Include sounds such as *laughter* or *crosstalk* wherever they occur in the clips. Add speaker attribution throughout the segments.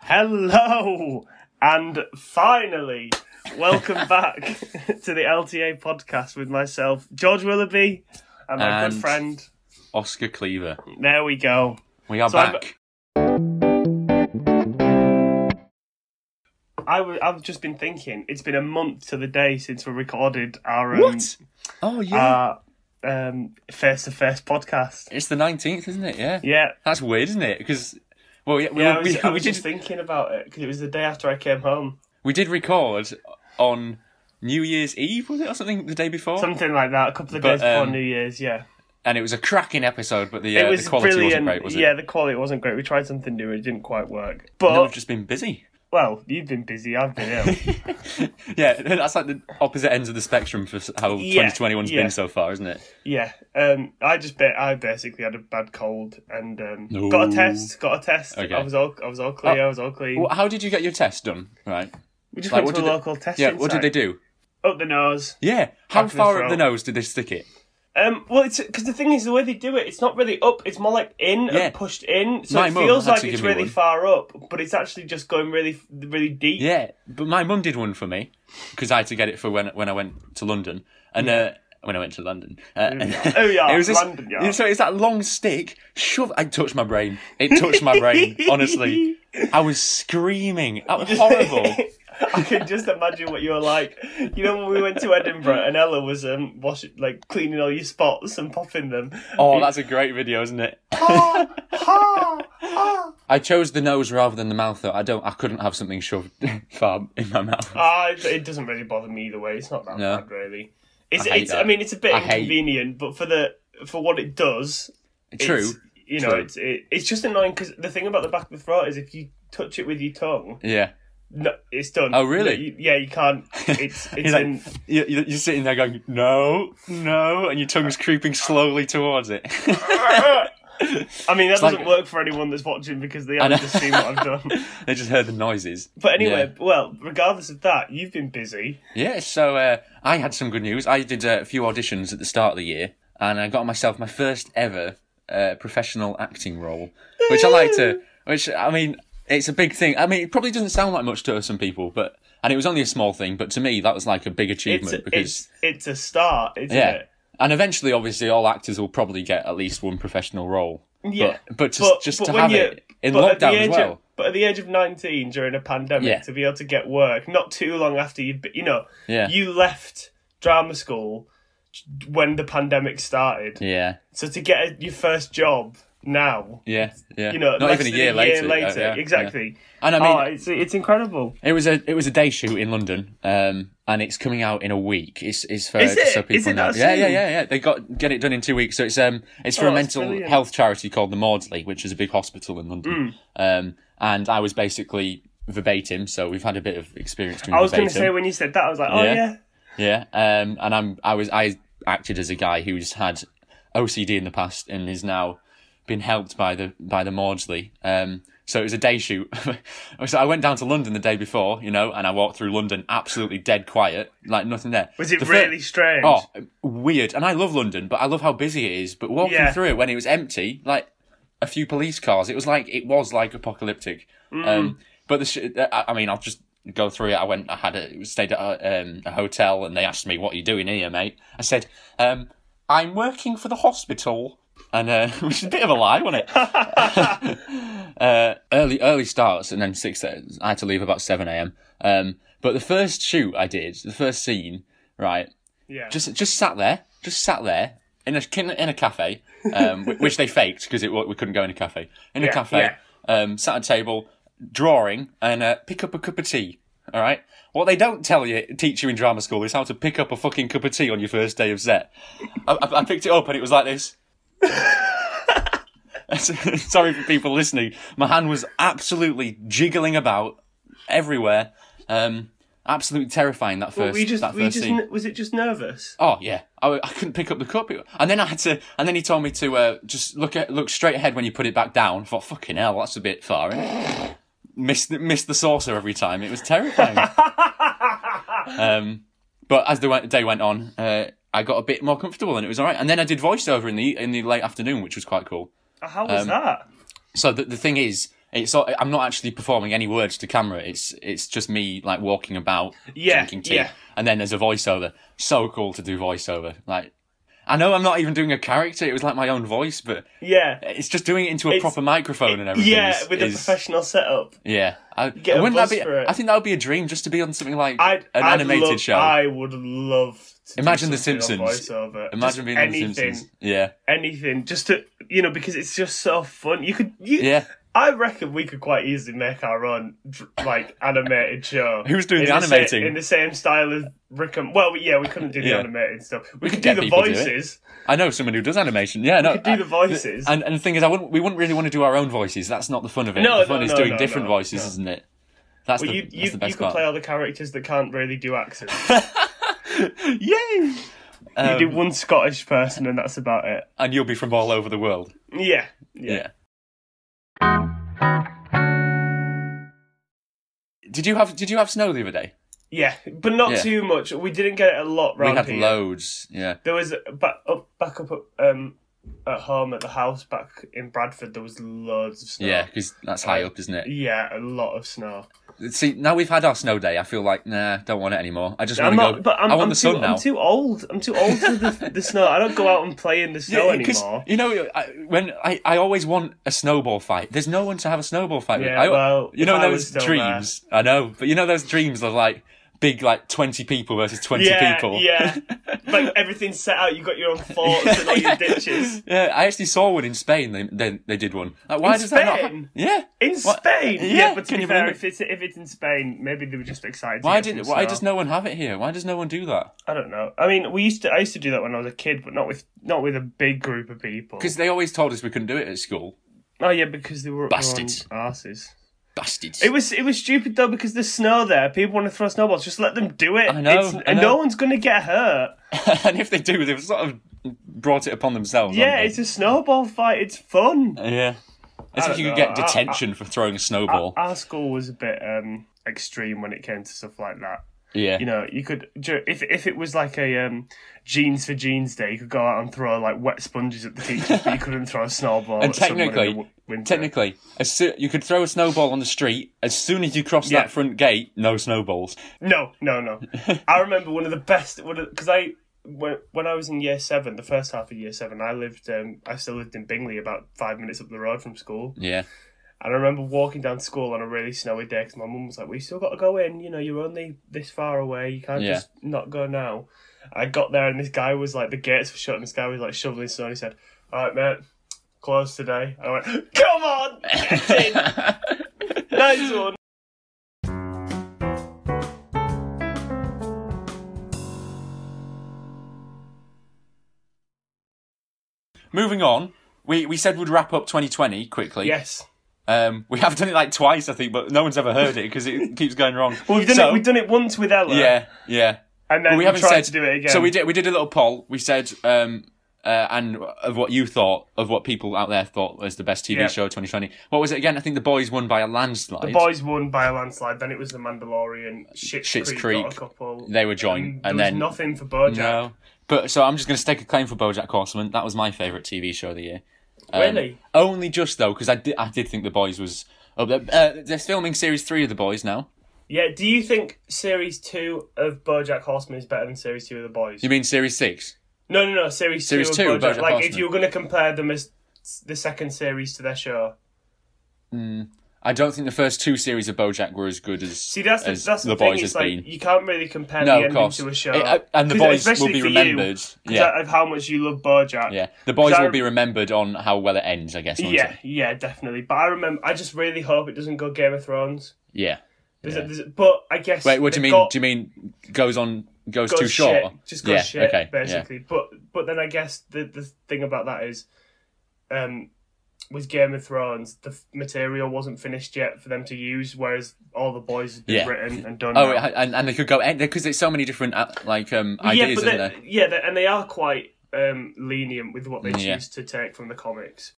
Speaker 1: Hello! And finally,
Speaker 2: *laughs*
Speaker 1: welcome back *laughs* to the LTA podcast with myself, George Willoughby, and my good
Speaker 2: And-
Speaker 1: friend.
Speaker 2: Oscar Cleaver.
Speaker 1: There we go.
Speaker 2: We are
Speaker 1: So I'm-
Speaker 2: back.
Speaker 1: i w- I've just been thinking, it's been a month to the day since we recorded our um, uh,
Speaker 2: Oh yeah.
Speaker 1: our, um, face-to-face podcast.
Speaker 2: it's the nineteenth, isn't it? Yeah.
Speaker 1: Yeah,
Speaker 2: That's weird, isn't it? Because well, yeah, we,
Speaker 1: yeah I was,
Speaker 2: we,
Speaker 1: I
Speaker 2: we
Speaker 1: was
Speaker 2: did
Speaker 1: just thinking about it because it was the day after I came home.
Speaker 2: we did record on New Year's Eve, was it, or something? The day before,
Speaker 1: Something like that, a couple of
Speaker 2: But,
Speaker 1: days before
Speaker 2: um,
Speaker 1: New Year's, yeah.
Speaker 2: and it was a cracking episode, but the, uh,
Speaker 1: it was
Speaker 2: the quality
Speaker 1: brilliant.
Speaker 2: wasn't great, was it?
Speaker 1: Yeah, the quality wasn't great. We tried something new and it didn't quite work.
Speaker 2: And then
Speaker 1: But
Speaker 2: we've just been busy.
Speaker 1: well, you've been busy. I've been ill.
Speaker 2: *laughs* yeah, *laughs* that's like the opposite ends of the spectrum for s- how
Speaker 1: Yeah,
Speaker 2: 2021's
Speaker 1: yeah.
Speaker 2: been so far, isn't it?
Speaker 1: yeah. Um. I just ba- I basically had a bad cold and um,
Speaker 2: No.
Speaker 1: got a test. Got a test.
Speaker 2: Okay.
Speaker 1: I was all I was all clear. I was all clean.
Speaker 2: Well, how did you get your test done? Right.
Speaker 1: we just
Speaker 2: like,
Speaker 1: went
Speaker 2: what
Speaker 1: to a
Speaker 2: did they-
Speaker 1: local testing
Speaker 2: Yeah. What did they
Speaker 1: site.
Speaker 2: do?
Speaker 1: Up the nose.
Speaker 2: Yeah. How
Speaker 1: Up the
Speaker 2: far
Speaker 1: throat.
Speaker 2: up the nose did they stick it?
Speaker 1: Um. Well, it's because the thing is the way they do it. It's not really up. It's more like in
Speaker 2: Yeah.
Speaker 1: and pushed in. So
Speaker 2: My
Speaker 1: it
Speaker 2: mum
Speaker 1: feels
Speaker 2: had
Speaker 1: like
Speaker 2: to
Speaker 1: it's
Speaker 2: give me
Speaker 1: really
Speaker 2: one.
Speaker 1: far up, but it's actually just going really really deep. *laughs*
Speaker 2: Yeah, but my mum did one for me because I had to get it for when when I went to London and uh, when I went to London. Uh, *laughs*
Speaker 1: Oh, yeah,
Speaker 2: it was this,
Speaker 1: London, yeah.
Speaker 2: So it's that long stick. Shove! I touched my brain. It touched
Speaker 1: *laughs*
Speaker 2: my brain. Honestly, I was screaming. That was horrible.
Speaker 1: *laughs* I can just imagine what you were like. You know when we went to Edinburgh and Ella was um washing like cleaning all your spots and popping them.
Speaker 2: Oh, that's a great video, isn't it?
Speaker 1: ha, ha, ha.
Speaker 2: I chose the nose rather than the mouth, though. I don't. I couldn't have something shoved *laughs* far in my mouth.
Speaker 1: Ah, it- it doesn't really bother me either way. It's not that
Speaker 2: No.
Speaker 1: bad really. It's
Speaker 2: I
Speaker 1: I,
Speaker 2: hate
Speaker 1: it's, I
Speaker 2: that.
Speaker 1: mean it's a bit
Speaker 2: I hate-
Speaker 1: inconvenient, but for the for what it does,
Speaker 2: True.
Speaker 1: It's, you know,
Speaker 2: True.
Speaker 1: it's it, it's just annoying because the thing about the back of the throat is if you touch it with your tongue,
Speaker 2: yeah.
Speaker 1: no, it's done.
Speaker 2: Oh, really?
Speaker 1: No, you- yeah, you can't.
Speaker 2: *laughs*
Speaker 1: It's it's
Speaker 2: You're, like,
Speaker 1: in.
Speaker 2: you- you- you're sitting there going, no, no, and your tongue's creeping slowly towards it. *laughs*
Speaker 1: I mean, that
Speaker 2: like-
Speaker 1: doesn't work for anyone that's watching because they
Speaker 2: know.
Speaker 1: haven't just seen what I've done.
Speaker 2: *laughs* they just heard the noises.
Speaker 1: But anyway, well, regardless of that, you've been busy.
Speaker 2: Yeah, so uh, I had some good news. I did uh, a few auditions at the start of the year, and I got myself my first ever uh, professional acting role, which I like to. Which I mean, it's a big thing. I mean, it probably doesn't sound like much to some people, but and it was only a small thing, but to me that was like a big
Speaker 1: It's
Speaker 2: achievement because
Speaker 1: it's it's a start, isn't
Speaker 2: yeah.
Speaker 1: it?
Speaker 2: And eventually, obviously, all actors will probably get at least one professional role.
Speaker 1: Yeah.
Speaker 2: But, but just,
Speaker 1: But-
Speaker 2: just
Speaker 1: but
Speaker 2: to
Speaker 1: when
Speaker 2: have
Speaker 1: you-
Speaker 2: it in
Speaker 1: but at the
Speaker 2: lockdown as
Speaker 1: age
Speaker 2: well.
Speaker 1: Of, but at the age of nineteen, during a pandemic,
Speaker 2: Yeah.
Speaker 1: to be able to get work not too long after you, you know,
Speaker 2: Yeah.
Speaker 1: you left drama school when the pandemic started.
Speaker 2: yeah.
Speaker 1: So to get a, your first job now,
Speaker 2: Yeah. Yeah.
Speaker 1: you know,
Speaker 2: Not
Speaker 1: less
Speaker 2: even a
Speaker 1: than
Speaker 2: year later. uh, yeah, yeah.
Speaker 1: exactly.
Speaker 2: And I mean,
Speaker 1: oh, it's it's incredible.
Speaker 2: It was a it was a day shoot in London, um, and it's coming out in a week. It's it's for
Speaker 1: Is it?
Speaker 2: so people
Speaker 1: Is it
Speaker 2: know.
Speaker 1: that
Speaker 2: Yeah, yeah,
Speaker 1: soon?
Speaker 2: yeah, yeah. They got get it done in two weeks. So it's um it's for
Speaker 1: Oh,
Speaker 2: a
Speaker 1: that's
Speaker 2: mental
Speaker 1: brilliant.
Speaker 2: health charity called the Maudsley, which is a big hospital in London.
Speaker 1: Mm.
Speaker 2: Um, and I was basically verbatim, so we've had a bit of experience doing
Speaker 1: I was going
Speaker 2: verbatim.
Speaker 1: to say when you said that, I was like, oh
Speaker 2: Yeah.
Speaker 1: yeah.
Speaker 2: Yeah, um, and I'm I was I acted as a guy who's had OCD in the past and is now been helped by the by the Maudsley. Um, so it was a day shoot. *laughs* so I went down to London the day before, you know, and I walked through London absolutely dead quiet, like nothing there.
Speaker 1: Was it
Speaker 2: The fir-
Speaker 1: really strange?
Speaker 2: Oh, weird. And I love London, but I love how busy it is. But walking
Speaker 1: Yeah.
Speaker 2: through it when it was empty, like a few police cars, it was like it was like apocalyptic. Um, but the sh- I I mean, I'll just go through it. I went, I had a stayed at a, um, a hotel, and they asked me, "What are you doing here, mate?" I said, um, "I'm working for the hospital." And uh, *laughs* which is a bit of a lie, wasn't it? uh, early early starts, and then six. uh, I had to leave about seven a.m. Um, but the first shoot I did, the first scene, right?
Speaker 1: Yeah.
Speaker 2: just just sat there, just sat there in a kin- in a cafe, um, whi- which they faked because it wa- we couldn't go in a cafe. In a
Speaker 1: Yeah,
Speaker 2: cafe,
Speaker 1: yeah.
Speaker 2: um, sat at a table, drawing, and uh, pick up a cup of tea. All right. What they don't tell you, teach you in drama school, is how to pick up a fucking cup of tea on your first day of set. I, I, I picked it up and it was like this. *laughs* Sorry for people listening. My hand was absolutely jiggling about everywhere. Um, absolutely terrifying that first.
Speaker 1: we just
Speaker 2: that first
Speaker 1: we just
Speaker 2: scene.
Speaker 1: n- was it just nervous?
Speaker 2: Oh yeah, I, I couldn't pick up the cup, It- and then I had to, and then he told me to uh, just look at look straight ahead when you put it back down. I thought fucking hell, that's a bit far. *laughs* Isn't it? missed the- missed the saucer every time. It was terrifying. um, but as the we- day went on, uh, I got a bit more comfortable, and it was all right. And then I did Oh, voiceover in the in the late afternoon, which was quite cool.
Speaker 1: How was that?
Speaker 2: So the the thing is, It's all- I'm not actually performing any words to camera. It's it's just me like walking about,
Speaker 1: Yeah,
Speaker 2: drinking tea,
Speaker 1: yeah.
Speaker 2: and then there's a voiceover. So cool to do voiceover. Like, I know I'm not even doing a character. It was like my own voice, but
Speaker 1: Yeah.
Speaker 2: it's just doing it into a
Speaker 1: It's-
Speaker 2: proper microphone and everything.
Speaker 1: yeah,
Speaker 2: is-
Speaker 1: with a
Speaker 2: is-
Speaker 1: professional setup.
Speaker 2: Yeah, I,
Speaker 1: Get a
Speaker 2: wouldn't that
Speaker 1: buzz
Speaker 2: be?
Speaker 1: for it.
Speaker 2: I think that would be a dream just to be on something like
Speaker 1: I'd,
Speaker 2: an
Speaker 1: I'd
Speaker 2: animated
Speaker 1: love-
Speaker 2: show.
Speaker 1: I would love to
Speaker 2: Imagine
Speaker 1: do
Speaker 2: The
Speaker 1: something on
Speaker 2: Simpsons.
Speaker 1: voiceover.
Speaker 2: Imagine
Speaker 1: Just
Speaker 2: being
Speaker 1: anything,
Speaker 2: on The Simpsons. Yeah,
Speaker 1: Anything. Just to you know, because it's just so fun. You could you,
Speaker 2: yeah.
Speaker 1: I reckon we could quite easily make our own dr- like animated show.
Speaker 2: *laughs* Who's doing
Speaker 1: in
Speaker 2: the
Speaker 1: sa-
Speaker 2: animating?
Speaker 1: in the same style as Rick and well, yeah, we couldn't do the
Speaker 2: Yeah.
Speaker 1: animated stuff. We, could,
Speaker 2: could get
Speaker 1: do the
Speaker 2: people to do it.
Speaker 1: voices.
Speaker 2: I know someone who does animation. Yeah, no,
Speaker 1: could do
Speaker 2: I-
Speaker 1: the voices.
Speaker 2: And, and the thing is, I wouldn't. We wouldn't really want to do our own voices. That's not the fun of it.
Speaker 1: No,
Speaker 2: the fun
Speaker 1: no,
Speaker 2: is
Speaker 1: no,
Speaker 2: doing
Speaker 1: no,
Speaker 2: different
Speaker 1: no,
Speaker 2: voices,
Speaker 1: no.
Speaker 2: isn't it? That's
Speaker 1: Well,
Speaker 2: the
Speaker 1: you you,
Speaker 2: that's
Speaker 1: you
Speaker 2: the
Speaker 1: could
Speaker 2: best *laughs*
Speaker 1: play
Speaker 2: part.
Speaker 1: all the characters that can't really do accents.
Speaker 2: Yay! Um,
Speaker 1: you do one Scottish person, and that's about it.
Speaker 2: and you'll be from all over the world.
Speaker 1: Yeah, yeah.
Speaker 2: Yeah. Did you have Did you have snow the other day?
Speaker 1: Yeah, but not
Speaker 2: Yeah.
Speaker 1: too much. We didn't get it a lot round
Speaker 2: we had
Speaker 1: here.
Speaker 2: loads. Yeah.
Speaker 1: There was back up, back up um, at home at the house back in Bradford. There was loads of snow.
Speaker 2: Yeah, because that's high up, isn't it?
Speaker 1: yeah, a lot of snow.
Speaker 2: See, now we've had our snow day. I feel like, nah, don't want it anymore. I just want
Speaker 1: I'm
Speaker 2: to
Speaker 1: not,
Speaker 2: go.
Speaker 1: but I'm,
Speaker 2: I want
Speaker 1: I'm
Speaker 2: the
Speaker 1: too,
Speaker 2: sun now.
Speaker 1: I'm too old. I'm too old for
Speaker 2: *laughs*
Speaker 1: the, the snow. I don't go out and play in the snow
Speaker 2: Yeah, *laughs* 'cause,
Speaker 1: anymore.
Speaker 2: You know, I, when I, I always want a snowball fight. There's no one to have a snowball fight with.
Speaker 1: Yeah,
Speaker 2: I,
Speaker 1: well,
Speaker 2: you
Speaker 1: if
Speaker 2: know
Speaker 1: I was
Speaker 2: those
Speaker 1: still
Speaker 2: dreams. I know, but you know those dreams of like big, like twenty people versus twenty
Speaker 1: Yeah,
Speaker 2: people. *laughs*
Speaker 1: yeah. like everything's set out. You got your own forts and all your ditches.
Speaker 2: Yeah, I actually saw one in Spain. They they, they did one. Like, why
Speaker 1: In
Speaker 2: does that not?
Speaker 1: Spain?
Speaker 2: Happen? Yeah.
Speaker 1: In
Speaker 2: What-
Speaker 1: Spain, yeah,
Speaker 2: Yeah,
Speaker 1: but to
Speaker 2: can
Speaker 1: be
Speaker 2: you
Speaker 1: fair,
Speaker 2: believe
Speaker 1: if it's if it's in Spain, maybe they were just excited. to
Speaker 2: Why
Speaker 1: get some
Speaker 2: did why
Speaker 1: snow.
Speaker 2: does no one have it here? Why does no one do that?
Speaker 1: I don't know. I mean, we used to. I used to do that when I was a kid, but not with not with a big group of people.
Speaker 2: Because they always told us we couldn't do it at school.
Speaker 1: oh yeah, because they were
Speaker 2: Bastards.
Speaker 1: bastards asses.
Speaker 2: Bastards.
Speaker 1: It was it was stupid though because there's snow there. People want to throw snowballs. Just let them do it.
Speaker 2: I know,
Speaker 1: It's-
Speaker 2: I
Speaker 1: and
Speaker 2: know.
Speaker 1: no one's gonna get hurt.
Speaker 2: *laughs* and if they do, they've sort of brought it upon themselves.
Speaker 1: Yeah,
Speaker 2: haven't
Speaker 1: it's a snowball fight. It's fun.
Speaker 2: they? yeah. As
Speaker 1: I
Speaker 2: if you
Speaker 1: don't
Speaker 2: could
Speaker 1: know.
Speaker 2: get
Speaker 1: I- I-
Speaker 2: detention for throwing a snowball.
Speaker 1: Our school was a bit um, extreme when it came to stuff like that.
Speaker 2: yeah.
Speaker 1: You know, you could ju- if if it was like a um, jeans for jeans day, you could go out and throw like wet sponges at the teachers, but you couldn't throw a snowball.
Speaker 2: And
Speaker 1: at someone in the
Speaker 2: technically-
Speaker 1: w- winter.
Speaker 2: Technically, as soo- you could throw a snowball on the street. As soon as you cross
Speaker 1: Yeah.
Speaker 2: that front gate, no snowballs.
Speaker 1: No, no,
Speaker 2: *laughs*
Speaker 1: no. I remember one of the best. One because I when when I was in year seven, the first half of year seven, I lived. Um, I still lived in Bingley, about five minutes up the road from school.
Speaker 2: Yeah,
Speaker 1: And I remember walking down to school on a really snowy day because my mum was like, "We still got to go in. You know, you're only this far away. You can't
Speaker 2: Yeah.
Speaker 1: just not go now." I got there and this guy was like, the gates were shut and this guy was like shoveling snow. And he said, "All right, mate." Closed today. I went, *laughs* come on, get in.
Speaker 2: *laughs*
Speaker 1: nice one.
Speaker 2: *laughs* Moving on, we we said we'd wrap up 2020 quickly.
Speaker 1: Yes,
Speaker 2: Um, we have done it like twice, I think, but no one's ever heard it because it keeps going wrong.
Speaker 1: well, *laughs* we've done
Speaker 2: So-
Speaker 1: it. We've done it once with Ella,
Speaker 2: Yeah, yeah.
Speaker 1: and then
Speaker 2: we
Speaker 1: we,
Speaker 2: haven't
Speaker 1: tried
Speaker 2: said
Speaker 1: to do it again.
Speaker 2: So we did we did a little poll. We said um uh, and of what you thought of what people out there thought was the best TV
Speaker 1: Yeah.
Speaker 2: show of 2020. What was it again? I think the boys won by a landslide.
Speaker 1: The boys won by a landslide. Then it was the Mandalorian. Shit's,
Speaker 2: Schitt's
Speaker 1: Creek,
Speaker 2: Creek.
Speaker 1: got a couple.
Speaker 2: They were joint,
Speaker 1: there
Speaker 2: and
Speaker 1: was
Speaker 2: then-
Speaker 1: nothing for BoJack.
Speaker 2: no. But so I'm just going to stake a claim for BoJack Horseman. That was my favorite TV show of the year. Um,
Speaker 1: Really?
Speaker 2: Only just though, because I did I did think the boys was up there. Uh, they're filming series three of the boys now.
Speaker 1: Yeah. Do you think series two of BoJack Horseman is better than series two of The Boys?
Speaker 2: You mean series six?
Speaker 1: No, no, no. Series,
Speaker 2: Series
Speaker 1: two
Speaker 2: two
Speaker 1: of
Speaker 2: of
Speaker 1: BoJack.
Speaker 2: BoJack
Speaker 1: like if
Speaker 2: Horseman.
Speaker 1: you were going to compare them as the second series to their show.
Speaker 2: I don't think the first two series of BoJack were as good as
Speaker 1: See, that's the,
Speaker 2: as
Speaker 1: that's the,
Speaker 2: the
Speaker 1: thing.
Speaker 2: boys
Speaker 1: it's
Speaker 2: has
Speaker 1: like
Speaker 2: been.
Speaker 1: you can't really compare
Speaker 2: No,
Speaker 1: the
Speaker 2: of
Speaker 1: ending
Speaker 2: course.
Speaker 1: to a show.
Speaker 2: It- uh, and the
Speaker 1: 'Cause
Speaker 2: boys will
Speaker 1: especially
Speaker 2: be
Speaker 1: for you,
Speaker 2: remembered.
Speaker 1: 'cause
Speaker 2: Yeah.
Speaker 1: of how much you love BoJack.
Speaker 2: Yeah, the boys
Speaker 1: I-
Speaker 2: will be remembered on how well it ends, I guess. won't
Speaker 1: Yeah,
Speaker 2: it?
Speaker 1: yeah, definitely. But I remember, I just really hope it doesn't go Game of Thrones.
Speaker 2: yeah.
Speaker 1: There's
Speaker 2: Yeah.
Speaker 1: a, there's a, but I guess.
Speaker 2: Wait, what do you
Speaker 1: they've
Speaker 2: mean?
Speaker 1: got-
Speaker 2: do you mean goes on goes,
Speaker 1: goes
Speaker 2: too short?
Speaker 1: Shit. Just goes
Speaker 2: yeah,
Speaker 1: shit,
Speaker 2: okay,
Speaker 1: basically. But but then I guess the the thing about that is, um, with Game of Thrones, the f- material wasn't finished yet for them to use, whereas all the boys had been
Speaker 2: Yeah.
Speaker 1: written and done.
Speaker 2: Yeah. Oh,
Speaker 1: now.
Speaker 2: it- and, and they could go because there's so many different uh, like um,
Speaker 1: yeah,
Speaker 2: ideas,
Speaker 1: but
Speaker 2: isn't
Speaker 1: they-
Speaker 2: there?
Speaker 1: yeah, they- and they are quite um lenient with what they
Speaker 2: Yeah.
Speaker 1: choose to take from the comics.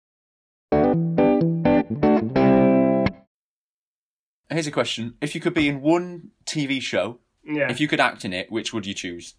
Speaker 2: Here's a question: If you could be in one TV show,
Speaker 1: Yeah.
Speaker 2: if you could act in it, which would you choose?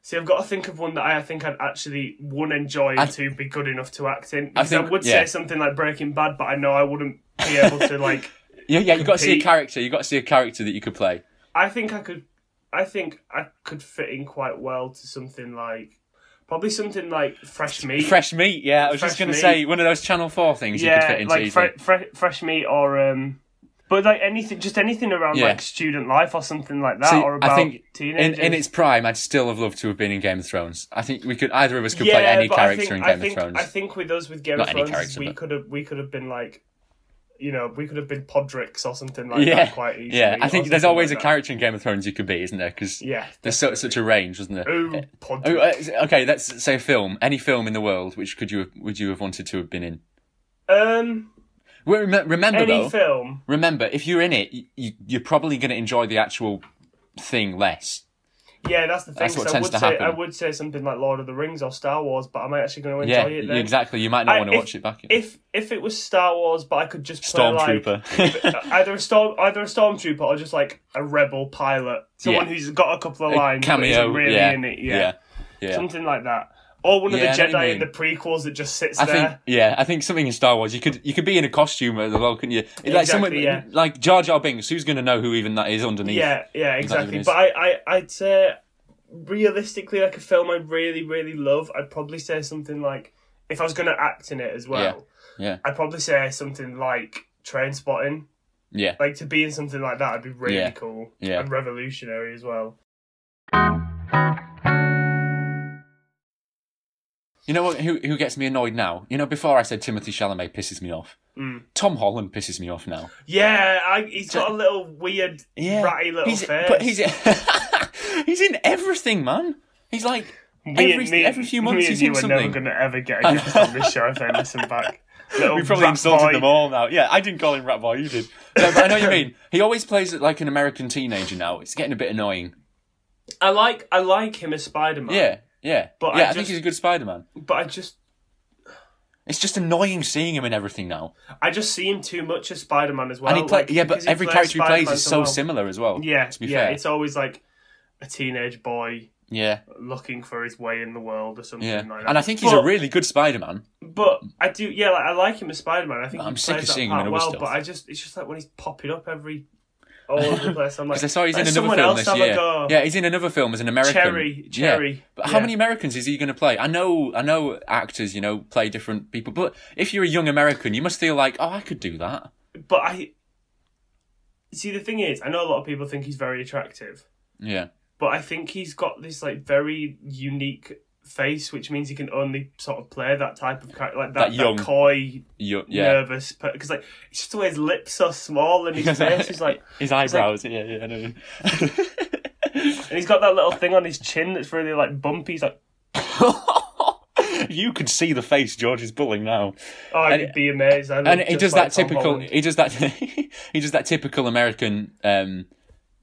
Speaker 1: See, I've got to think of one that I think I'd actually one enjoy
Speaker 2: I-
Speaker 1: and two be good enough to act in. Because I,
Speaker 2: think-
Speaker 1: would
Speaker 2: yeah.
Speaker 1: say something like Breaking Bad, but I know I wouldn't be able to
Speaker 2: *laughs*
Speaker 1: like.
Speaker 2: Yeah, yeah. You got to see a
Speaker 1: Compete.
Speaker 2: character. You got to see a character that you could play.
Speaker 1: I think I could. I think I could fit in quite well to something like probably something like Fresh Meat.
Speaker 2: Fresh meat. Yeah, I was just
Speaker 1: Fresh
Speaker 2: going to
Speaker 1: meat.
Speaker 2: say one of those Channel Four things you could fit
Speaker 1: yeah,
Speaker 2: into.
Speaker 1: like
Speaker 2: easily.
Speaker 1: fre- fre- Fresh Meat or um. But like anything, just anything around
Speaker 2: Yeah.
Speaker 1: like student life or something like that,
Speaker 2: See,
Speaker 1: or
Speaker 2: I
Speaker 1: about
Speaker 2: think in,
Speaker 1: teenagers.
Speaker 2: in its prime, I'd still have loved to have been in Game of Thrones. I think we could either of us could play
Speaker 1: Yeah,
Speaker 2: any
Speaker 1: but
Speaker 2: character
Speaker 1: I think,
Speaker 2: in
Speaker 1: I
Speaker 2: Game
Speaker 1: think,
Speaker 2: of Thrones.
Speaker 1: I think with us with Game of
Speaker 2: Not any
Speaker 1: Thrones,
Speaker 2: character,
Speaker 1: we
Speaker 2: but-
Speaker 1: could have we could have been like, you know, we could have been Podricks or something like
Speaker 2: yeah,
Speaker 1: that quite easily.
Speaker 2: yeah. I
Speaker 1: or
Speaker 2: think there's
Speaker 1: something
Speaker 2: always
Speaker 1: like
Speaker 2: a
Speaker 1: that.
Speaker 2: character in Game of Thrones you could be, isn't there? Because
Speaker 1: Yeah,
Speaker 2: there's so, such a range, isn't there?
Speaker 1: Ooh,
Speaker 2: Oh,
Speaker 1: Podrick.
Speaker 2: uh, okay, let's say a film, any film in the world, which could you have, would you have wanted to have been in?
Speaker 1: Um,
Speaker 2: Well, rem- remember
Speaker 1: any
Speaker 2: though,
Speaker 1: film.
Speaker 2: remember if you're in it, y- you, you're probably going to enjoy the actual thing less.
Speaker 1: Yeah, that's the thing.
Speaker 2: That's what
Speaker 1: so I
Speaker 2: tends
Speaker 1: would
Speaker 2: to
Speaker 1: say I
Speaker 2: happen.
Speaker 1: would say something like Lord of the Rings or Star Wars, but am I actually going to
Speaker 2: Yeah,
Speaker 1: enjoy it then?
Speaker 2: exactly. You might not
Speaker 1: I-
Speaker 2: want to
Speaker 1: if-
Speaker 2: watch it back.
Speaker 1: If if it was Star Wars, but I could just play like uh,
Speaker 2: Stormtrooper. *laughs*
Speaker 1: either a storm either a stormtrooper or just like a rebel pilot, someone
Speaker 2: Yeah.
Speaker 1: who's got a couple of
Speaker 2: A
Speaker 1: lines, but isn't really
Speaker 2: yeah,
Speaker 1: in it.
Speaker 2: yeah, yeah.
Speaker 1: something like that. Or one of
Speaker 2: Yeah,
Speaker 1: the
Speaker 2: I know what you
Speaker 1: Jedi in the prequels that just sits
Speaker 2: I
Speaker 1: there.
Speaker 2: think yeah, I think something in Star Wars you could you could be in a costume as well, couldn't you? like
Speaker 1: Exactly,
Speaker 2: someone
Speaker 1: yeah.
Speaker 2: like Jar Jar Binks, who's going to know who even that is underneath?
Speaker 1: yeah, yeah,
Speaker 2: even
Speaker 1: exactly.
Speaker 2: his-
Speaker 1: But I, I, I'd say realistically, like a film I really, really love, I'd probably say something like if I was going to act in it as well.
Speaker 2: Yeah, yeah.
Speaker 1: I'd probably say something like Train Spotting.
Speaker 2: Yeah.
Speaker 1: Like to be in something like that would be really
Speaker 2: Yeah.
Speaker 1: cool
Speaker 2: Yeah.
Speaker 1: and revolutionary as well.
Speaker 2: You know what? Who who gets me annoyed now? You know, before I said Timothy Chalamet pisses me off.
Speaker 1: Mm.
Speaker 2: Tom Holland pisses me off now.
Speaker 1: Yeah, I, he's got a little weird,
Speaker 2: Yeah,
Speaker 1: ratty little
Speaker 2: he's,
Speaker 1: face.
Speaker 2: But he's *laughs* he's in everything, man. He's like
Speaker 1: Me
Speaker 2: every
Speaker 1: and me-
Speaker 2: every few
Speaker 1: me
Speaker 2: months
Speaker 1: and
Speaker 2: he's
Speaker 1: you
Speaker 2: in
Speaker 1: are
Speaker 2: something.
Speaker 1: never going to ever get a
Speaker 2: *laughs*
Speaker 1: guest on this show if they listen back. Little
Speaker 2: we probably
Speaker 1: rat
Speaker 2: insulted
Speaker 1: boy.
Speaker 2: them all now. Yeah, I didn't call him Rat Boy, you did. *laughs* No, but I know what you mean. He always plays it like an American teenager now. It's getting a bit annoying.
Speaker 1: I like I like him as Spider Man.
Speaker 2: Yeah, yeah.
Speaker 1: But
Speaker 2: yeah, I,
Speaker 1: I
Speaker 2: think
Speaker 1: just-
Speaker 2: he's a good Spider Man.
Speaker 1: But I just
Speaker 2: It's just annoying seeing him in everything now.
Speaker 1: I just see him too much as Spider Man as well.
Speaker 2: And he play,
Speaker 1: like,
Speaker 2: yeah, but
Speaker 1: because he
Speaker 2: every
Speaker 1: plays
Speaker 2: character he plays
Speaker 1: Spider-Man
Speaker 2: is so
Speaker 1: well.
Speaker 2: similar as well.
Speaker 1: Yeah,
Speaker 2: to be
Speaker 1: yeah,
Speaker 2: fair.
Speaker 1: it's always like a teenage boy
Speaker 2: Yeah,
Speaker 1: looking for his way in the world or something
Speaker 2: yeah.
Speaker 1: like that.
Speaker 2: And I think he's
Speaker 1: but,
Speaker 2: a really good Spider Man.
Speaker 1: But I do, yeah, like, I like him as Spider Man. I think
Speaker 2: I'm
Speaker 1: he
Speaker 2: sick
Speaker 1: plays
Speaker 2: of
Speaker 1: that
Speaker 2: seeing him
Speaker 1: part
Speaker 2: in other
Speaker 1: well,
Speaker 2: stuff.
Speaker 1: but I just it's just like when he's popping up every all over the place.
Speaker 2: *laughs*
Speaker 1: I'm like,
Speaker 2: Because I saw he's
Speaker 1: let
Speaker 2: in another
Speaker 1: someone
Speaker 2: film
Speaker 1: else
Speaker 2: this
Speaker 1: have
Speaker 2: year.
Speaker 1: a go.
Speaker 2: Yeah, he's in another film as an American.
Speaker 1: Cherry,
Speaker 2: Yeah.
Speaker 1: Cherry.
Speaker 2: But how
Speaker 1: Yeah.
Speaker 2: many Americans is he going to play? I know, I know, actors, you know, play different people. But if you're a young American, you must feel like, oh, I could do that.
Speaker 1: But I see the thing is, I know a lot of people think he's very attractive.
Speaker 2: Yeah,
Speaker 1: but I think he's got this like very unique face, which means he can only sort of play that type of character, like that,
Speaker 2: That
Speaker 1: that,
Speaker 2: young-
Speaker 1: coy,
Speaker 2: you, yeah.
Speaker 1: nervous. Because like it's just the way his lips are small and
Speaker 2: *laughs*
Speaker 1: his face is like,
Speaker 2: His eyebrows, yeah, yeah. I know.
Speaker 1: and he's got that little thing on his chin that's really like bumpy. He's like,
Speaker 2: *laughs* you could see the face George is pulling now,
Speaker 1: oh, I'd
Speaker 2: And-
Speaker 1: be amazed. I look
Speaker 2: and he
Speaker 1: just
Speaker 2: does
Speaker 1: like
Speaker 2: that
Speaker 1: Tom
Speaker 2: typical.
Speaker 1: Holland.
Speaker 2: He does that. *laughs* he does that typical American um,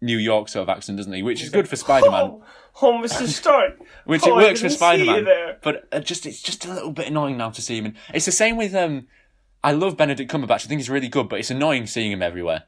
Speaker 2: New York sort of accent, doesn't he? Which is good for Spider Man,
Speaker 1: *laughs* Oh, oh,
Speaker 2: *laughs*
Speaker 1: Mr. Stark.
Speaker 2: which
Speaker 1: Oh,
Speaker 2: it
Speaker 1: I
Speaker 2: works for
Speaker 1: didn't see you
Speaker 2: Spider Man.
Speaker 1: there.
Speaker 2: But uh, just it's just a little bit annoying now to see him. In. It's the same with. Um, I love Benedict Cumberbatch. I think he's really good, but it's annoying seeing him everywhere.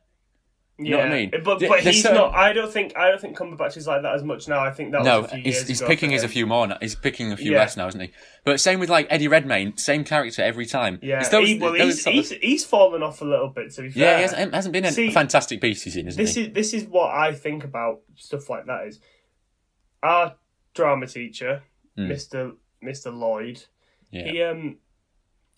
Speaker 1: Yeah,
Speaker 2: know what I mean?
Speaker 1: but
Speaker 2: Th-
Speaker 1: but
Speaker 2: there's
Speaker 1: he's
Speaker 2: so-
Speaker 1: not. I don't think I don't think Cumberbatch is like that as much now. I think that
Speaker 2: No,
Speaker 1: was a few
Speaker 2: he's,
Speaker 1: years
Speaker 2: he's
Speaker 1: ago
Speaker 2: picking
Speaker 1: for
Speaker 2: his a
Speaker 1: him.
Speaker 2: few more. Now. He's picking a few
Speaker 1: Yeah.
Speaker 2: less now, isn't he? But same with like Eddie Redmayne, same character every time.
Speaker 1: Yeah,
Speaker 2: It's those-
Speaker 1: he, well, he's,
Speaker 2: those sort of-
Speaker 1: he's, he's fallen off a little bit. To be fair,
Speaker 2: yeah, he hasn't, hasn't been in
Speaker 1: See,
Speaker 2: fantastic piece he's in, isn't
Speaker 1: this
Speaker 2: he?
Speaker 1: is this is what I think about stuff like that is our drama teacher,
Speaker 2: Mm.
Speaker 1: Mr. Mr. Lloyd,
Speaker 2: yeah.
Speaker 1: he um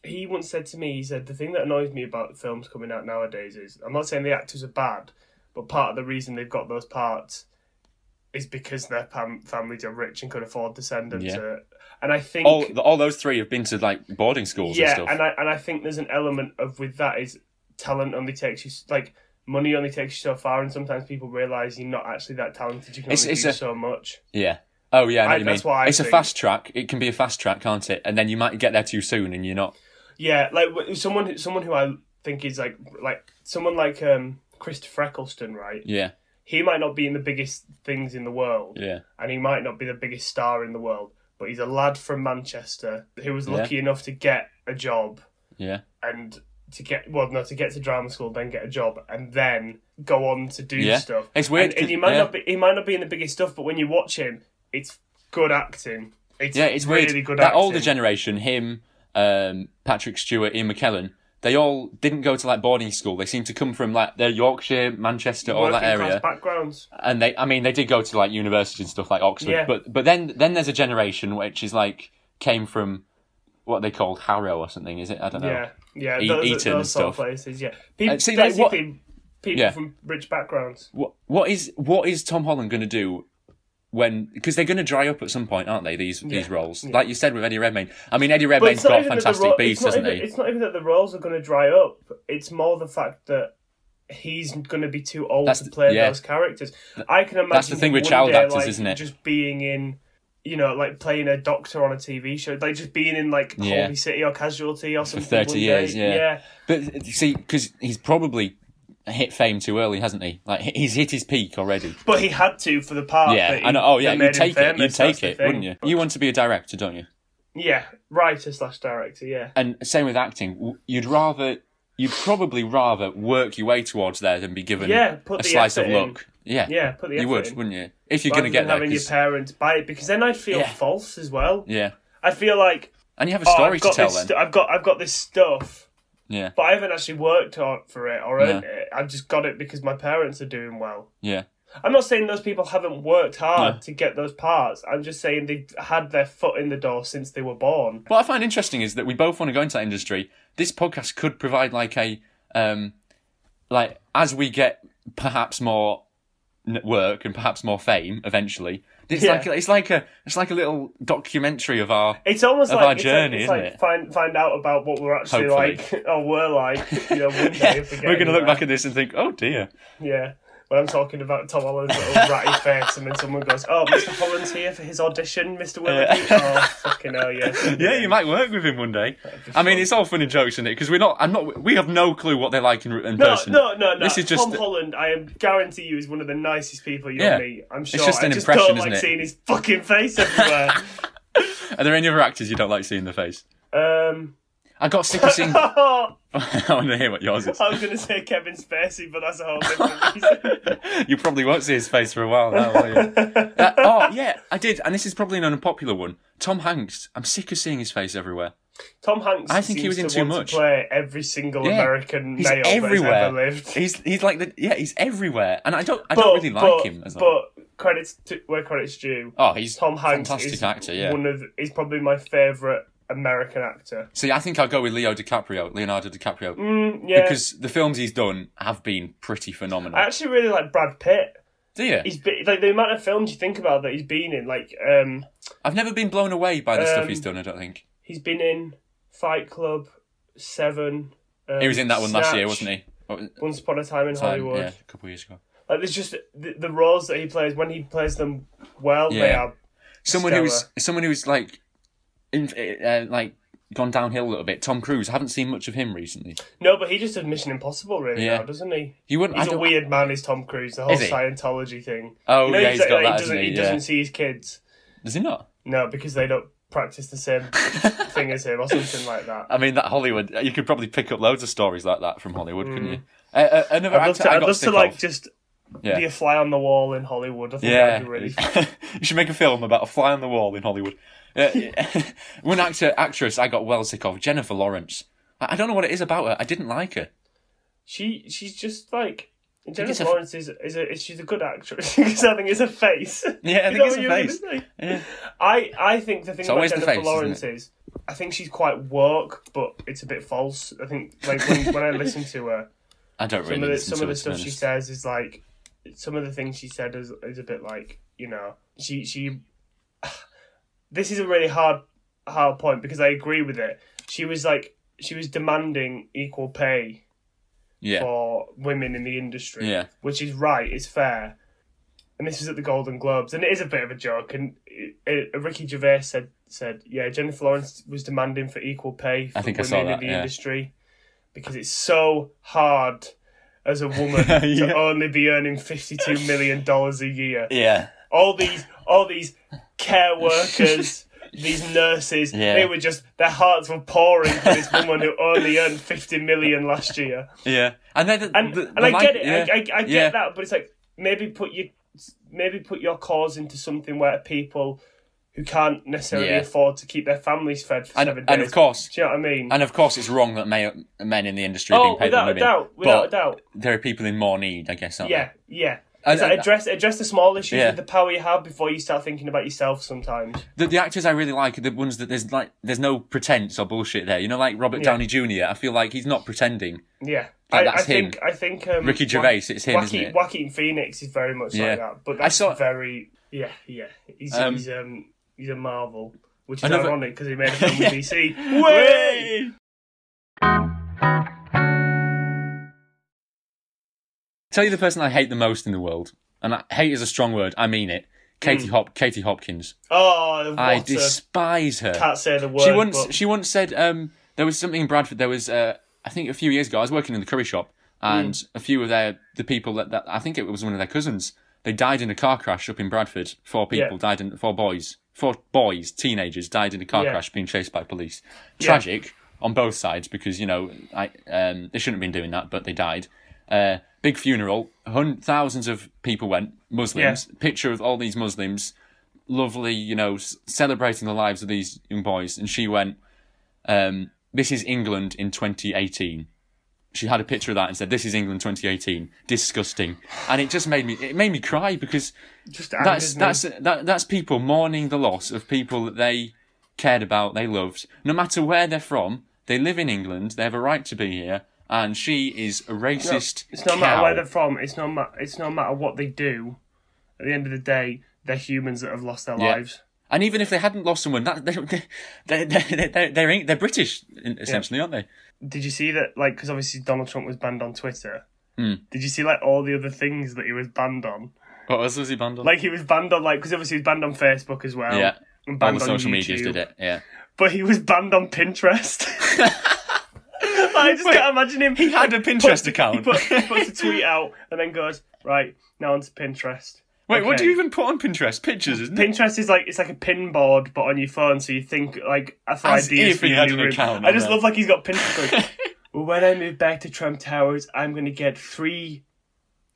Speaker 1: he once said to me, he said, The thing that annoys me about films coming out nowadays is I'm not saying the actors are bad, but part of the reason they've got those parts is because their pam- families are rich and could afford to send them
Speaker 2: Yeah.
Speaker 1: to and I think
Speaker 2: all, the, all those three have been to like boarding schools
Speaker 1: yeah,
Speaker 2: and stuff.
Speaker 1: and I and I think there's an element of with that is talent only takes you s- like money only takes you so far, and sometimes people realize you're not actually that talented. You can
Speaker 2: It's-
Speaker 1: only
Speaker 2: it's
Speaker 1: do
Speaker 2: a-
Speaker 1: so much.
Speaker 2: yeah. Oh yeah, I
Speaker 1: I-
Speaker 2: know what you
Speaker 1: that's
Speaker 2: mean.
Speaker 1: what I
Speaker 2: it's a
Speaker 1: think.
Speaker 2: fast track. It can be a fast track, can't it? And then you might get there too soon, and you're not.
Speaker 1: Yeah, like w- someone who- someone who I think is like like someone like um Christopher Eccleston, right?
Speaker 2: Yeah,
Speaker 1: He might not be in the biggest things in the world,
Speaker 2: yeah,
Speaker 1: and he might not be the biggest star in the world, but he's a lad from Manchester who was
Speaker 2: Yeah.
Speaker 1: lucky enough to get a job
Speaker 2: yeah,
Speaker 1: and. To get well, no, to get to drama school, then get a job, and then go on to do
Speaker 2: yeah.
Speaker 1: stuff.
Speaker 2: It's weird.
Speaker 1: and, and
Speaker 2: 'cause-
Speaker 1: he might
Speaker 2: yeah.
Speaker 1: not be he might not be in the biggest stuff, but when you watch him, it's good acting. It's
Speaker 2: Yeah, it's
Speaker 1: really
Speaker 2: weird.
Speaker 1: good
Speaker 2: that
Speaker 1: acting.
Speaker 2: older generation, him, um, Patrick Stewart, Ian McKellen, they all didn't go to like boarding school. They seem to come from like their Yorkshire, Manchester, all that
Speaker 1: Working class
Speaker 2: area.
Speaker 1: backgrounds.
Speaker 2: And they, I mean, they did go to like university and stuff like Oxford.
Speaker 1: Yeah.
Speaker 2: But but then then there's a generation which is like came from what they called Harrow or something. Is it? I don't know.
Speaker 1: Yeah, yeah,
Speaker 2: E-
Speaker 1: those,
Speaker 2: Eton
Speaker 1: those
Speaker 2: and
Speaker 1: sort of
Speaker 2: stuff.
Speaker 1: places. Yeah, people,
Speaker 2: And see, like, what-
Speaker 1: basically people
Speaker 2: Yeah.
Speaker 1: from rich backgrounds.
Speaker 2: What what is what is Tom Holland going to do when? Because they're going to dry up at some point, aren't they? These these roles, like you said with Eddie Redmayne. I mean, Eddie
Speaker 1: But
Speaker 2: Redmayne's
Speaker 1: not
Speaker 2: got
Speaker 1: even that the
Speaker 2: fantastic
Speaker 1: ro-
Speaker 2: beats,
Speaker 1: it's not
Speaker 2: doesn't
Speaker 1: even,
Speaker 2: he?
Speaker 1: It's not even that the roles are going to dry up. It's more the fact that he's going to be too old
Speaker 2: That's
Speaker 1: to
Speaker 2: the-
Speaker 1: play
Speaker 2: yeah.
Speaker 1: those characters. I can imagine
Speaker 2: that's the thing
Speaker 1: him
Speaker 2: with
Speaker 1: one
Speaker 2: child
Speaker 1: day,
Speaker 2: actors,
Speaker 1: like,
Speaker 2: isn't it?
Speaker 1: Just being in, you know, like playing a doctor on a TV show, like just being in like
Speaker 2: Yeah.
Speaker 1: Holby City or Casualty or something.
Speaker 2: 30
Speaker 1: one day.
Speaker 2: years, yeah.
Speaker 1: yeah.
Speaker 2: But you see, because he's probably hit fame too early, hasn't he? Like he- he's hit his peak already.
Speaker 1: But he had to for the part.
Speaker 2: yeah,
Speaker 1: that Uh, he,
Speaker 2: I know. Oh yeah,
Speaker 1: that
Speaker 2: you
Speaker 1: made him
Speaker 2: take it. You
Speaker 1: famous,
Speaker 2: take
Speaker 1: that's the
Speaker 2: it, wouldn't you?
Speaker 1: thing.
Speaker 2: You want to be a director, don't you?
Speaker 1: Yeah, writer slash director. Yeah.
Speaker 2: And same with acting. W- You'd rather, you'd probably rather work your way towards there than be given
Speaker 1: Yeah, put
Speaker 2: a
Speaker 1: the
Speaker 2: slice of
Speaker 1: effort in.
Speaker 2: luck. Yeah,
Speaker 1: Yeah, put the effort
Speaker 2: you would,
Speaker 1: in.
Speaker 2: wouldn't you? If you're
Speaker 1: Rather
Speaker 2: going to get
Speaker 1: than
Speaker 2: there,
Speaker 1: having your
Speaker 2: 'cause-
Speaker 1: parents buy it because then I'd feel
Speaker 2: Yeah.
Speaker 1: false as well.
Speaker 2: yeah,
Speaker 1: I feel like
Speaker 2: and you have a
Speaker 1: oh,
Speaker 2: story
Speaker 1: I've got
Speaker 2: to tell
Speaker 1: this
Speaker 2: then.
Speaker 1: stu- I've got I've got this stuff,
Speaker 2: yeah,
Speaker 1: but I haven't actually worked on for it or earned it. I've just got it because my parents are doing well.
Speaker 2: yeah.
Speaker 1: I'm not saying those people haven't worked hard
Speaker 2: No.
Speaker 1: to get those parts. I'm just saying they've had their foot in the door since they were born.
Speaker 2: What I find interesting is that we both want to go into that industry. This podcast could provide like a, um, like as we get perhaps more n- work and perhaps more fame eventually. It's
Speaker 1: Yeah.
Speaker 2: like it's like a it's like a little documentary
Speaker 1: *laughs*
Speaker 2: of our.
Speaker 1: It's almost
Speaker 2: Of
Speaker 1: like
Speaker 2: our
Speaker 1: it's
Speaker 2: journey,
Speaker 1: like, it's
Speaker 2: isn't
Speaker 1: like
Speaker 2: it?
Speaker 1: find find out about what we're actually
Speaker 2: Hopefully.
Speaker 1: like *laughs* or were like. You know,
Speaker 2: *laughs*
Speaker 1: one day if we get
Speaker 2: we're gonna look
Speaker 1: anywhere.
Speaker 2: back at this and think, oh dear.
Speaker 1: Yeah. When I'm talking about Tom Holland's
Speaker 2: *laughs*
Speaker 1: little ratty face, and then someone goes, "Oh, Mr. Holland's here for his audition, Mr. Willoughby." Oh, fucking hell, yeah.
Speaker 2: *laughs* Yeah, you might work with him one day. I mean, it's all fun and jokes, isn't it? Because we're not, I'm not, we have no clue what they're like in, in
Speaker 1: No,
Speaker 2: person.
Speaker 1: no, no, no.
Speaker 2: This is just-
Speaker 1: Tom Holland. I am guarantee you is one of the nicest people you'll
Speaker 2: Yeah.
Speaker 1: meet. I'm sure.
Speaker 2: just an
Speaker 1: I just
Speaker 2: impression,
Speaker 1: don't like
Speaker 2: isn't it?
Speaker 1: seeing his fucking face
Speaker 2: *laughs*
Speaker 1: everywhere.
Speaker 2: Are there any other actors you don't like seeing the face?
Speaker 1: um,
Speaker 2: I got sick
Speaker 1: *laughs*
Speaker 2: of seeing. *laughs* I
Speaker 1: I
Speaker 2: want to hear what yours is.
Speaker 1: was gonna say Kevin Spacey, but that's a whole different
Speaker 2: *laughs*
Speaker 1: reason.
Speaker 2: you probably won't see his face for a while
Speaker 1: *laughs*
Speaker 2: now, will you? Uh, oh, yeah, I did. And this is probably an unpopular one. Tom Hanks. I'm sick of seeing his face everywhere.
Speaker 1: Tom Hanks.
Speaker 2: I think he
Speaker 1: seems
Speaker 2: was in
Speaker 1: to
Speaker 2: too
Speaker 1: want to
Speaker 2: much.
Speaker 1: play every single
Speaker 2: Yeah.
Speaker 1: American
Speaker 2: He's
Speaker 1: male
Speaker 2: everywhere.
Speaker 1: that's ever lived.
Speaker 2: He's he's like the yeah. He's everywhere, and I don't I don't really like him. As well.
Speaker 1: but credits to, where credits due.
Speaker 2: oh, he's
Speaker 1: Tom Hanks
Speaker 2: fantastic
Speaker 1: is
Speaker 2: actor. Yeah.
Speaker 1: one of is probably my favorite American actor.
Speaker 2: See, I think I'll go with Leo DiCaprio, Leonardo DiCaprio,
Speaker 1: Mm, yeah,
Speaker 2: because the films he's done have been pretty phenomenal.
Speaker 1: I actually really like Brad Pitt.
Speaker 2: Do you?
Speaker 1: He's be- like the amount of films you think about that he's been in. Like, um,
Speaker 2: I've never been blown away by the
Speaker 1: Um,
Speaker 2: stuff he's done. I don't think
Speaker 1: he's been in Fight Club, Seven. Um,
Speaker 2: he was in that one last
Speaker 1: Snatch,
Speaker 2: year, wasn't he? What was-
Speaker 1: Once upon a time in
Speaker 2: time,
Speaker 1: Hollywood.
Speaker 2: yeah, a couple of years ago.
Speaker 1: Like, there's just the, the roles that he plays when he plays them well. They
Speaker 2: Yeah.
Speaker 1: are
Speaker 2: someone who's someone who's like in, uh, like gone downhill a little bit. Tom Cruise. I haven't seen much of him recently.
Speaker 1: no, but he just does Mission Impossible really
Speaker 2: Yeah.
Speaker 1: now, doesn't he?
Speaker 2: You wouldn't.
Speaker 1: He's a
Speaker 2: I don't,
Speaker 1: weird man. Is Tom Cruise the whole
Speaker 2: Is he?
Speaker 1: Scientology thing?
Speaker 2: Oh
Speaker 1: You know,
Speaker 2: yeah,
Speaker 1: he's
Speaker 2: he's got
Speaker 1: like-
Speaker 2: that,
Speaker 1: he doesn't,
Speaker 2: hasn't he?
Speaker 1: he
Speaker 2: Yeah.
Speaker 1: doesn't see his kids.
Speaker 2: Does he not?
Speaker 1: No, because they don't practice the
Speaker 2: *laughs*
Speaker 1: same thing as him or something like that.
Speaker 2: I mean, that Hollywood. You could probably pick up loads of stories like that from Hollywood, couldn't you? Uh, uh, another
Speaker 1: Hmm. I'd love
Speaker 2: actor
Speaker 1: to,
Speaker 2: I
Speaker 1: I'd
Speaker 2: got
Speaker 1: love
Speaker 2: sick
Speaker 1: to like
Speaker 2: of-
Speaker 1: just
Speaker 2: Yeah.
Speaker 1: be a fly on the wall in Hollywood. I think
Speaker 2: yeah,
Speaker 1: that'd be really.
Speaker 2: *laughs* you should make a film about a fly on the wall in Hollywood. Uh, *laughs* one actor, actress I got well sick of, Jennifer Lawrence. I, I don't know what it is about her. I didn't like her.
Speaker 1: *laughs* She she's just like
Speaker 2: it's
Speaker 1: Jennifer
Speaker 2: a-
Speaker 1: Lawrence is is, a, is she's a good actress *laughs* because I think it's a face.
Speaker 2: Yeah,
Speaker 1: *laughs* You
Speaker 2: I think
Speaker 1: know
Speaker 2: it's
Speaker 1: what
Speaker 2: a
Speaker 1: you were
Speaker 2: face.
Speaker 1: gonna say?
Speaker 2: Yeah.
Speaker 1: I I think the thing about
Speaker 2: always the
Speaker 1: Jennifer
Speaker 2: face, isn't
Speaker 1: Lawrence is I think she's quite woke, but it's a bit false. I think like when,
Speaker 2: *laughs*
Speaker 1: when I listen to her,
Speaker 2: I don't
Speaker 1: some
Speaker 2: really.
Speaker 1: of the,
Speaker 2: listen
Speaker 1: some
Speaker 2: to
Speaker 1: of the
Speaker 2: her,
Speaker 1: stuff
Speaker 2: to be
Speaker 1: she
Speaker 2: honest.
Speaker 1: says is like some of the things she said is is a bit like you know she she *sighs* this is a really hard hard point because I agree with it. She was like she was demanding equal pay
Speaker 2: Yeah,
Speaker 1: for women in the industry,
Speaker 2: Yeah.
Speaker 1: which is right, it's fair. And this was at the Golden Globes, and it is a bit of a joke. And it, it, Ricky Gervais said said yeah, Jennifer Lawrence was demanding for equal pay for
Speaker 2: I think I
Speaker 1: women
Speaker 2: saw that,
Speaker 1: in the
Speaker 2: yeah.
Speaker 1: industry because it's so hard as a
Speaker 2: *laughs*
Speaker 1: woman
Speaker 2: Yeah.
Speaker 1: to only be earning fifty two million dollars a year.
Speaker 2: yeah.
Speaker 1: All these all these care
Speaker 2: *laughs*
Speaker 1: workers. These nurses,
Speaker 2: Yeah.
Speaker 1: they were just, their hearts were pouring for this woman who only earned 50 million last year.
Speaker 2: Yeah, and then the,
Speaker 1: and,
Speaker 2: the,
Speaker 1: and
Speaker 2: the
Speaker 1: I
Speaker 2: like-
Speaker 1: get it.
Speaker 2: Yeah.
Speaker 1: I, I, I get
Speaker 2: Yeah.
Speaker 1: that, but it's like maybe put your maybe put your cause into something where people who can't necessarily
Speaker 2: Yeah.
Speaker 1: afford to keep their families fed for
Speaker 2: And,
Speaker 1: seven days.
Speaker 2: and of course,
Speaker 1: do you know what I mean?
Speaker 2: and of course, it's wrong that may, men in the industry are
Speaker 1: oh,
Speaker 2: being paid
Speaker 1: without a
Speaker 2: than women.
Speaker 1: doubt, without
Speaker 2: but
Speaker 1: a doubt,
Speaker 2: there are people in more need, I guess. Aren't
Speaker 1: yeah, yeah.
Speaker 2: there? And-
Speaker 1: It's like
Speaker 2: and
Speaker 1: address address the small issues
Speaker 2: Yeah.
Speaker 1: with the power you have before you start thinking about yourself. Sometimes,
Speaker 2: the, the actors I really like are the ones that there's like there's no pretense or bullshit there. You know, like Robert
Speaker 1: Yeah.
Speaker 2: Downey Jr. I feel like he's not pretending.
Speaker 1: yeah.
Speaker 2: Like,
Speaker 1: I, I
Speaker 2: that's him.
Speaker 1: think I think um,
Speaker 2: Ricky
Speaker 1: Wack-
Speaker 2: Gervais, it's him,
Speaker 1: Wacky,
Speaker 2: isn't it?
Speaker 1: Wacky and Phoenix is very much
Speaker 2: Yeah.
Speaker 1: like that, but
Speaker 2: I
Speaker 1: that's
Speaker 2: saw-
Speaker 1: very yeah, yeah. He's
Speaker 2: Um,
Speaker 1: he's um he's a marvel, which is
Speaker 2: Another-
Speaker 1: ironic because he made a
Speaker 2: *laughs*
Speaker 1: film with DC. Way!
Speaker 2: Way! Tell you the person I hate the most in the world, and I, hate is a strong word. I mean it. Katie Hop, Katie Hopkins.
Speaker 1: Oh, Hmm. what
Speaker 2: I
Speaker 1: a-
Speaker 2: despise her.
Speaker 1: can't say the word.
Speaker 2: she once
Speaker 1: but-
Speaker 2: she once said um, there was something in Bradford. There was uh, I think a few years ago I was working in the curry shop, and
Speaker 1: Hmm.
Speaker 2: a few of their the people that, that I think it was one of their cousins. They died in a car crash up in Bradford. Four people
Speaker 1: Yeah.
Speaker 2: died in four boys, four boys, teenagers died in a car
Speaker 1: Yeah.
Speaker 2: crash being chased by police. Tragic on both sides because you know I um, they shouldn't have been doing that, but they died. Uh, big funeral, hun- thousands of people went. Muslims, picture of all these Muslims lovely, you know, s- celebrating the lives of these young boys. And she went, um, This is England in 2018. She had a picture of that and said, This is England 2018. Disgusting. And it just made me, it made me cry because
Speaker 1: just angers
Speaker 2: that's,
Speaker 1: me.
Speaker 2: that's, that, that's people mourning the loss of people that they cared about, they loved. No matter where they're from, they live in England, they have a right to be here. And she is a racist.
Speaker 1: It's no
Speaker 2: cow.
Speaker 1: matter where they're from. It's no ma- It's no matter what they do. At the end of the day, they're humans that have lost their
Speaker 2: Yeah.
Speaker 1: lives.
Speaker 2: And even if they hadn't lost someone, that, *laughs* they, they, they, they, they're, Eng- they're British, essentially, aren't they?
Speaker 1: Did you see that? Like, because obviously Donald Trump was banned on Twitter.
Speaker 2: Mm.
Speaker 1: Did you see like all the other things that he was banned on?
Speaker 2: What else was he banned on?
Speaker 1: Like he was banned on like because obviously he was banned on Facebook as well.
Speaker 2: yeah,
Speaker 1: and
Speaker 2: all
Speaker 1: banned
Speaker 2: the
Speaker 1: on
Speaker 2: social
Speaker 1: YouTube,
Speaker 2: medias did it. *laughs* Yeah,
Speaker 1: But he was banned on
Speaker 2: *laughs*
Speaker 1: Pinterest. *laughs* I just can't imagine him. He
Speaker 2: had a *laughs* Pinterest
Speaker 1: He,
Speaker 2: account.
Speaker 1: put, he puts a tweet out and then goes right now onto Pinterest.
Speaker 2: *laughs* Wait, what
Speaker 1: Okay.
Speaker 2: do you even put on Pinterest? Pictures, isn't *laughs* it?
Speaker 1: Pinterest is like it's like a pin board, but on your phone, so you think like for
Speaker 2: As
Speaker 1: ideas
Speaker 2: if
Speaker 1: for
Speaker 2: he
Speaker 1: your
Speaker 2: had
Speaker 1: new
Speaker 2: an
Speaker 1: room.
Speaker 2: account
Speaker 1: I
Speaker 2: on
Speaker 1: just
Speaker 2: there.
Speaker 1: love like he's got Pinterest. Going, well, when I move back to Trump Towers, I'm gonna get three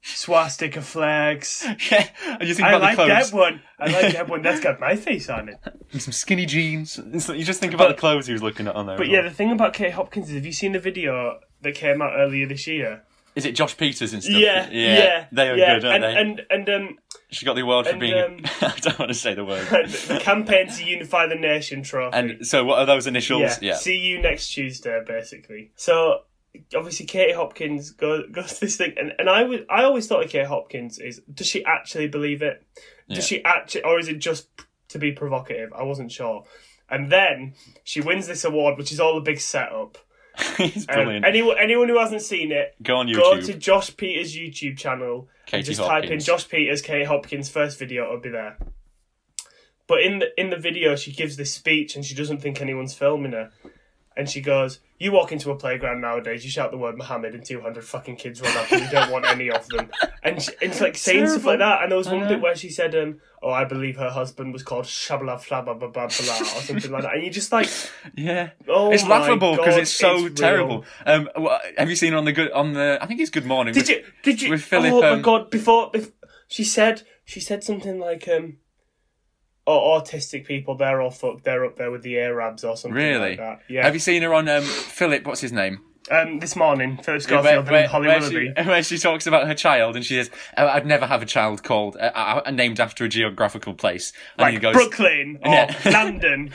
Speaker 1: swastika flags.
Speaker 2: yeah, and you think
Speaker 1: I
Speaker 2: about
Speaker 1: like
Speaker 2: the
Speaker 1: that
Speaker 2: clothes,
Speaker 1: one. I
Speaker 2: *laughs*
Speaker 1: like that one. That's got my face on it.
Speaker 2: and some skinny jeans. It's like- you just think about
Speaker 1: But-
Speaker 2: the clothes he was looking at on there.
Speaker 1: But yeah, the thing about Kate Hopkins is, have you seen the video that came out earlier this year?
Speaker 2: is it Josh Peters and stuff?
Speaker 1: Yeah, yeah,
Speaker 2: they are
Speaker 1: yeah.
Speaker 2: good, aren't
Speaker 1: and,
Speaker 2: they?
Speaker 1: And and um,
Speaker 2: she got the award for
Speaker 1: and,
Speaker 2: being.
Speaker 1: um,
Speaker 2: *laughs* I don't want to say the
Speaker 1: and
Speaker 2: word.
Speaker 1: the campaign to unify the nation trophy.
Speaker 2: and so, what are those
Speaker 1: yeah.
Speaker 2: initials? Yeah, *laughs*
Speaker 1: See you next Tuesday, basically. So obviously Katie Hopkins goes goes to this thing and, and I was I always thought of Katie Hopkins is does she actually believe it? Does
Speaker 2: Yeah.
Speaker 1: she actually or is it just to be provocative? I wasn't sure. And then she wins this award, which is all a big setup.
Speaker 2: it's
Speaker 1: Um,
Speaker 2: brilliant.
Speaker 1: anyone anyone who hasn't seen it,
Speaker 2: Go on YouTube.
Speaker 1: go to Josh Peters' YouTube channel
Speaker 2: Katie
Speaker 1: and just type in
Speaker 2: Hopkins.
Speaker 1: Josh Peters, Kate Hopkins first video, it'll be there. But in the in the video, she gives this speech and she doesn't think anyone's filming her, and she goes, "You walk into a playground nowadays, you shout the word Muhammad, and two hundred fucking kids run up, and you don't want any of
Speaker 2: *laughs*
Speaker 1: them." And, she, and it's like saying stuff like that. And there was one
Speaker 2: Uh-huh.
Speaker 1: bit where she said, um, "Oh, I believe her husband was called Shabla Flabba Blah Blah Blah," or something like that. And you just like,
Speaker 2: yeah.
Speaker 1: "Oh,
Speaker 2: it's
Speaker 1: my
Speaker 2: laughable because
Speaker 1: God,
Speaker 2: it's so
Speaker 1: real."
Speaker 2: terrible. Um, wha- have you seen on the good on the? I think it's Good Morning.
Speaker 1: Did
Speaker 2: with-
Speaker 1: you? Did you?
Speaker 2: with Philip,
Speaker 1: oh my
Speaker 2: um,
Speaker 1: god! Before, bef- she said, she said something like, um, "Oh, autistic people, they're all fucked. They're up there with the Arabs or something
Speaker 2: Really?
Speaker 1: like that." Yeah.
Speaker 2: Have you seen her on um, Philip? What's his name?
Speaker 1: um, this morning, Philip Schofield
Speaker 2: where,
Speaker 1: and
Speaker 2: where-
Speaker 1: Holly
Speaker 2: where
Speaker 1: Willoughby.
Speaker 2: she, *laughs* where she talks about her child and she says, oh, "I'd never have a child called uh, uh, named after a geographical place." And
Speaker 1: like
Speaker 2: he goes, *laughs*
Speaker 1: Brooklyn or
Speaker 2: Yeah. *laughs*
Speaker 1: London,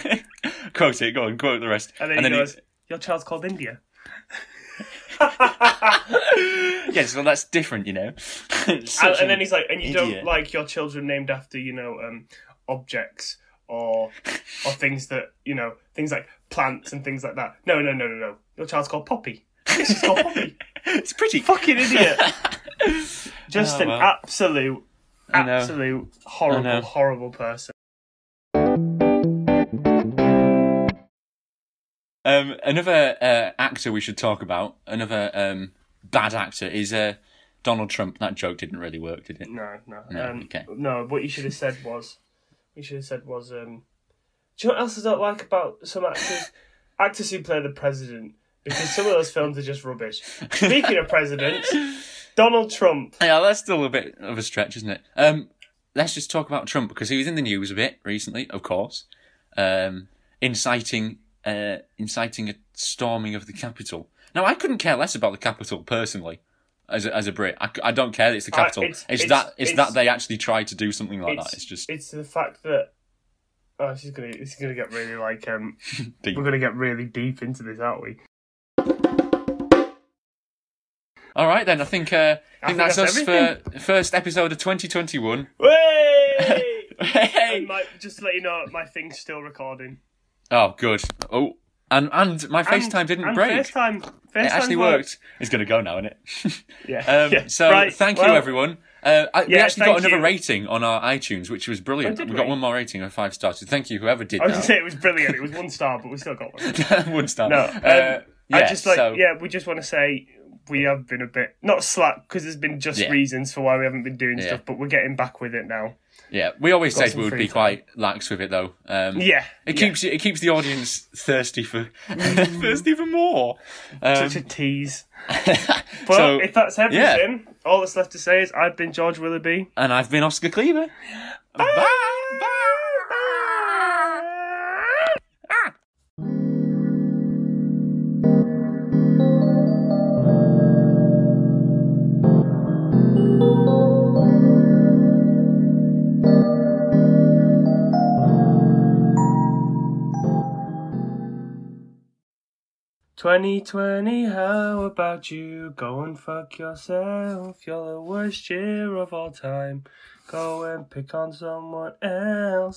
Speaker 2: "Quote it, go on, quote the rest."
Speaker 1: and then he goes, "Your child's called
Speaker 2: *laughs*
Speaker 1: India." *laughs*
Speaker 2: "Yes, well, that's different, you know." *laughs*
Speaker 1: And,
Speaker 2: Such
Speaker 1: and
Speaker 2: an-
Speaker 1: then he's like, "And you
Speaker 2: idiot.
Speaker 1: don't like your children named after you know um, objects or or things that you know things like plants and things like that." No, no, no, no, no. Your child's called Poppy. Yes, she's called
Speaker 2: *laughs*
Speaker 1: Poppy.
Speaker 2: *laughs* "It's pretty."
Speaker 1: fucking idiot. Just
Speaker 2: Oh,
Speaker 1: an
Speaker 2: well.
Speaker 1: absolute,
Speaker 2: I know.
Speaker 1: absolute horrible,
Speaker 2: know.
Speaker 1: horrible person.
Speaker 2: *laughs* Um, another uh, actor we should talk about, another um, bad actor, is uh, Donald Trump. That joke didn't really work, did it?
Speaker 1: No, no,
Speaker 2: No,
Speaker 1: um,
Speaker 2: okay.
Speaker 1: no. What you should have said was, you should have said was, um, do you know what else I don't like about some actors? actors who play the president because some of those films are just rubbish. Speaking of presidents, Donald Trump.
Speaker 2: Yeah, that's still a bit of a stretch, isn't it? Um, let's just talk about Trump because he was in the news a bit recently, of course, um, inciting uh, inciting a storming of the capital. Now, I couldn't care less about the capital personally, as a, as a Brit. I, c- I don't care that it's the
Speaker 1: I-
Speaker 2: capital.
Speaker 1: it's-
Speaker 2: Uh, it's,
Speaker 1: it's-
Speaker 2: that it's,
Speaker 1: it's-
Speaker 2: that they actually tried to do something like that. Oh, It's just
Speaker 1: it's the fact that oh, this is gonna this is gonna get really like um
Speaker 2: *laughs* deep.
Speaker 1: we're gonna get really deep into this, aren't we?
Speaker 2: All right then. I think uh, I
Speaker 1: I think
Speaker 2: think that's,
Speaker 1: that's
Speaker 2: us for first episode of 2021. *laughs*
Speaker 1: Way!
Speaker 2: hey.
Speaker 1: And my, just to let you know, my thing's still recording.
Speaker 2: Oh, good. Oh, and and my
Speaker 1: And-
Speaker 2: FaceTime didn't
Speaker 1: and
Speaker 2: break.
Speaker 1: FaceTime, FaceTime
Speaker 2: it actually worked. It's going to go now, isn't it?
Speaker 1: Yeah.
Speaker 2: Um,
Speaker 1: yeah.
Speaker 2: So
Speaker 1: Right,
Speaker 2: thank you,
Speaker 1: well,
Speaker 2: everyone. Uh, I, we
Speaker 1: yeah,
Speaker 2: actually got
Speaker 1: thank
Speaker 2: another
Speaker 1: you.
Speaker 2: rating on our iTunes, which was brilliant.
Speaker 1: Oh, did
Speaker 2: we, got
Speaker 1: we?
Speaker 2: one more rating of five stars. So thank you, whoever did
Speaker 1: I was gonna
Speaker 2: that.
Speaker 1: say it was brilliant. It was one star, but we still got one.
Speaker 2: *laughs* one star.
Speaker 1: No,
Speaker 2: Uh,
Speaker 1: um,
Speaker 2: yeah,
Speaker 1: I just like
Speaker 2: so,
Speaker 1: yeah. We just want to say we have been a bit not slack because there's been just
Speaker 2: Yeah.
Speaker 1: reasons for why we haven't been doing
Speaker 2: Yeah.
Speaker 1: stuff, but we're getting back with it now.
Speaker 2: yeah. We always said
Speaker 1: some
Speaker 2: we would
Speaker 1: free
Speaker 2: be
Speaker 1: time.
Speaker 2: quite lax with it, though. Um,
Speaker 1: Yeah, yeah.
Speaker 2: It
Speaker 1: Mm.
Speaker 2: keeps it keeps the audience thirsty for *laughs* thirsty for more. Um,
Speaker 1: such a tease. But
Speaker 2: *laughs* so,
Speaker 1: if that's everything, all that's left to say is I've been George Willoughby.
Speaker 2: and I've been Oscar Cleaver.
Speaker 1: Ah!
Speaker 2: Bye. Bye.
Speaker 1: Twenty twenty, how about you? Go and fuck yourself. You're the worst year of all time. Go and pick on someone else.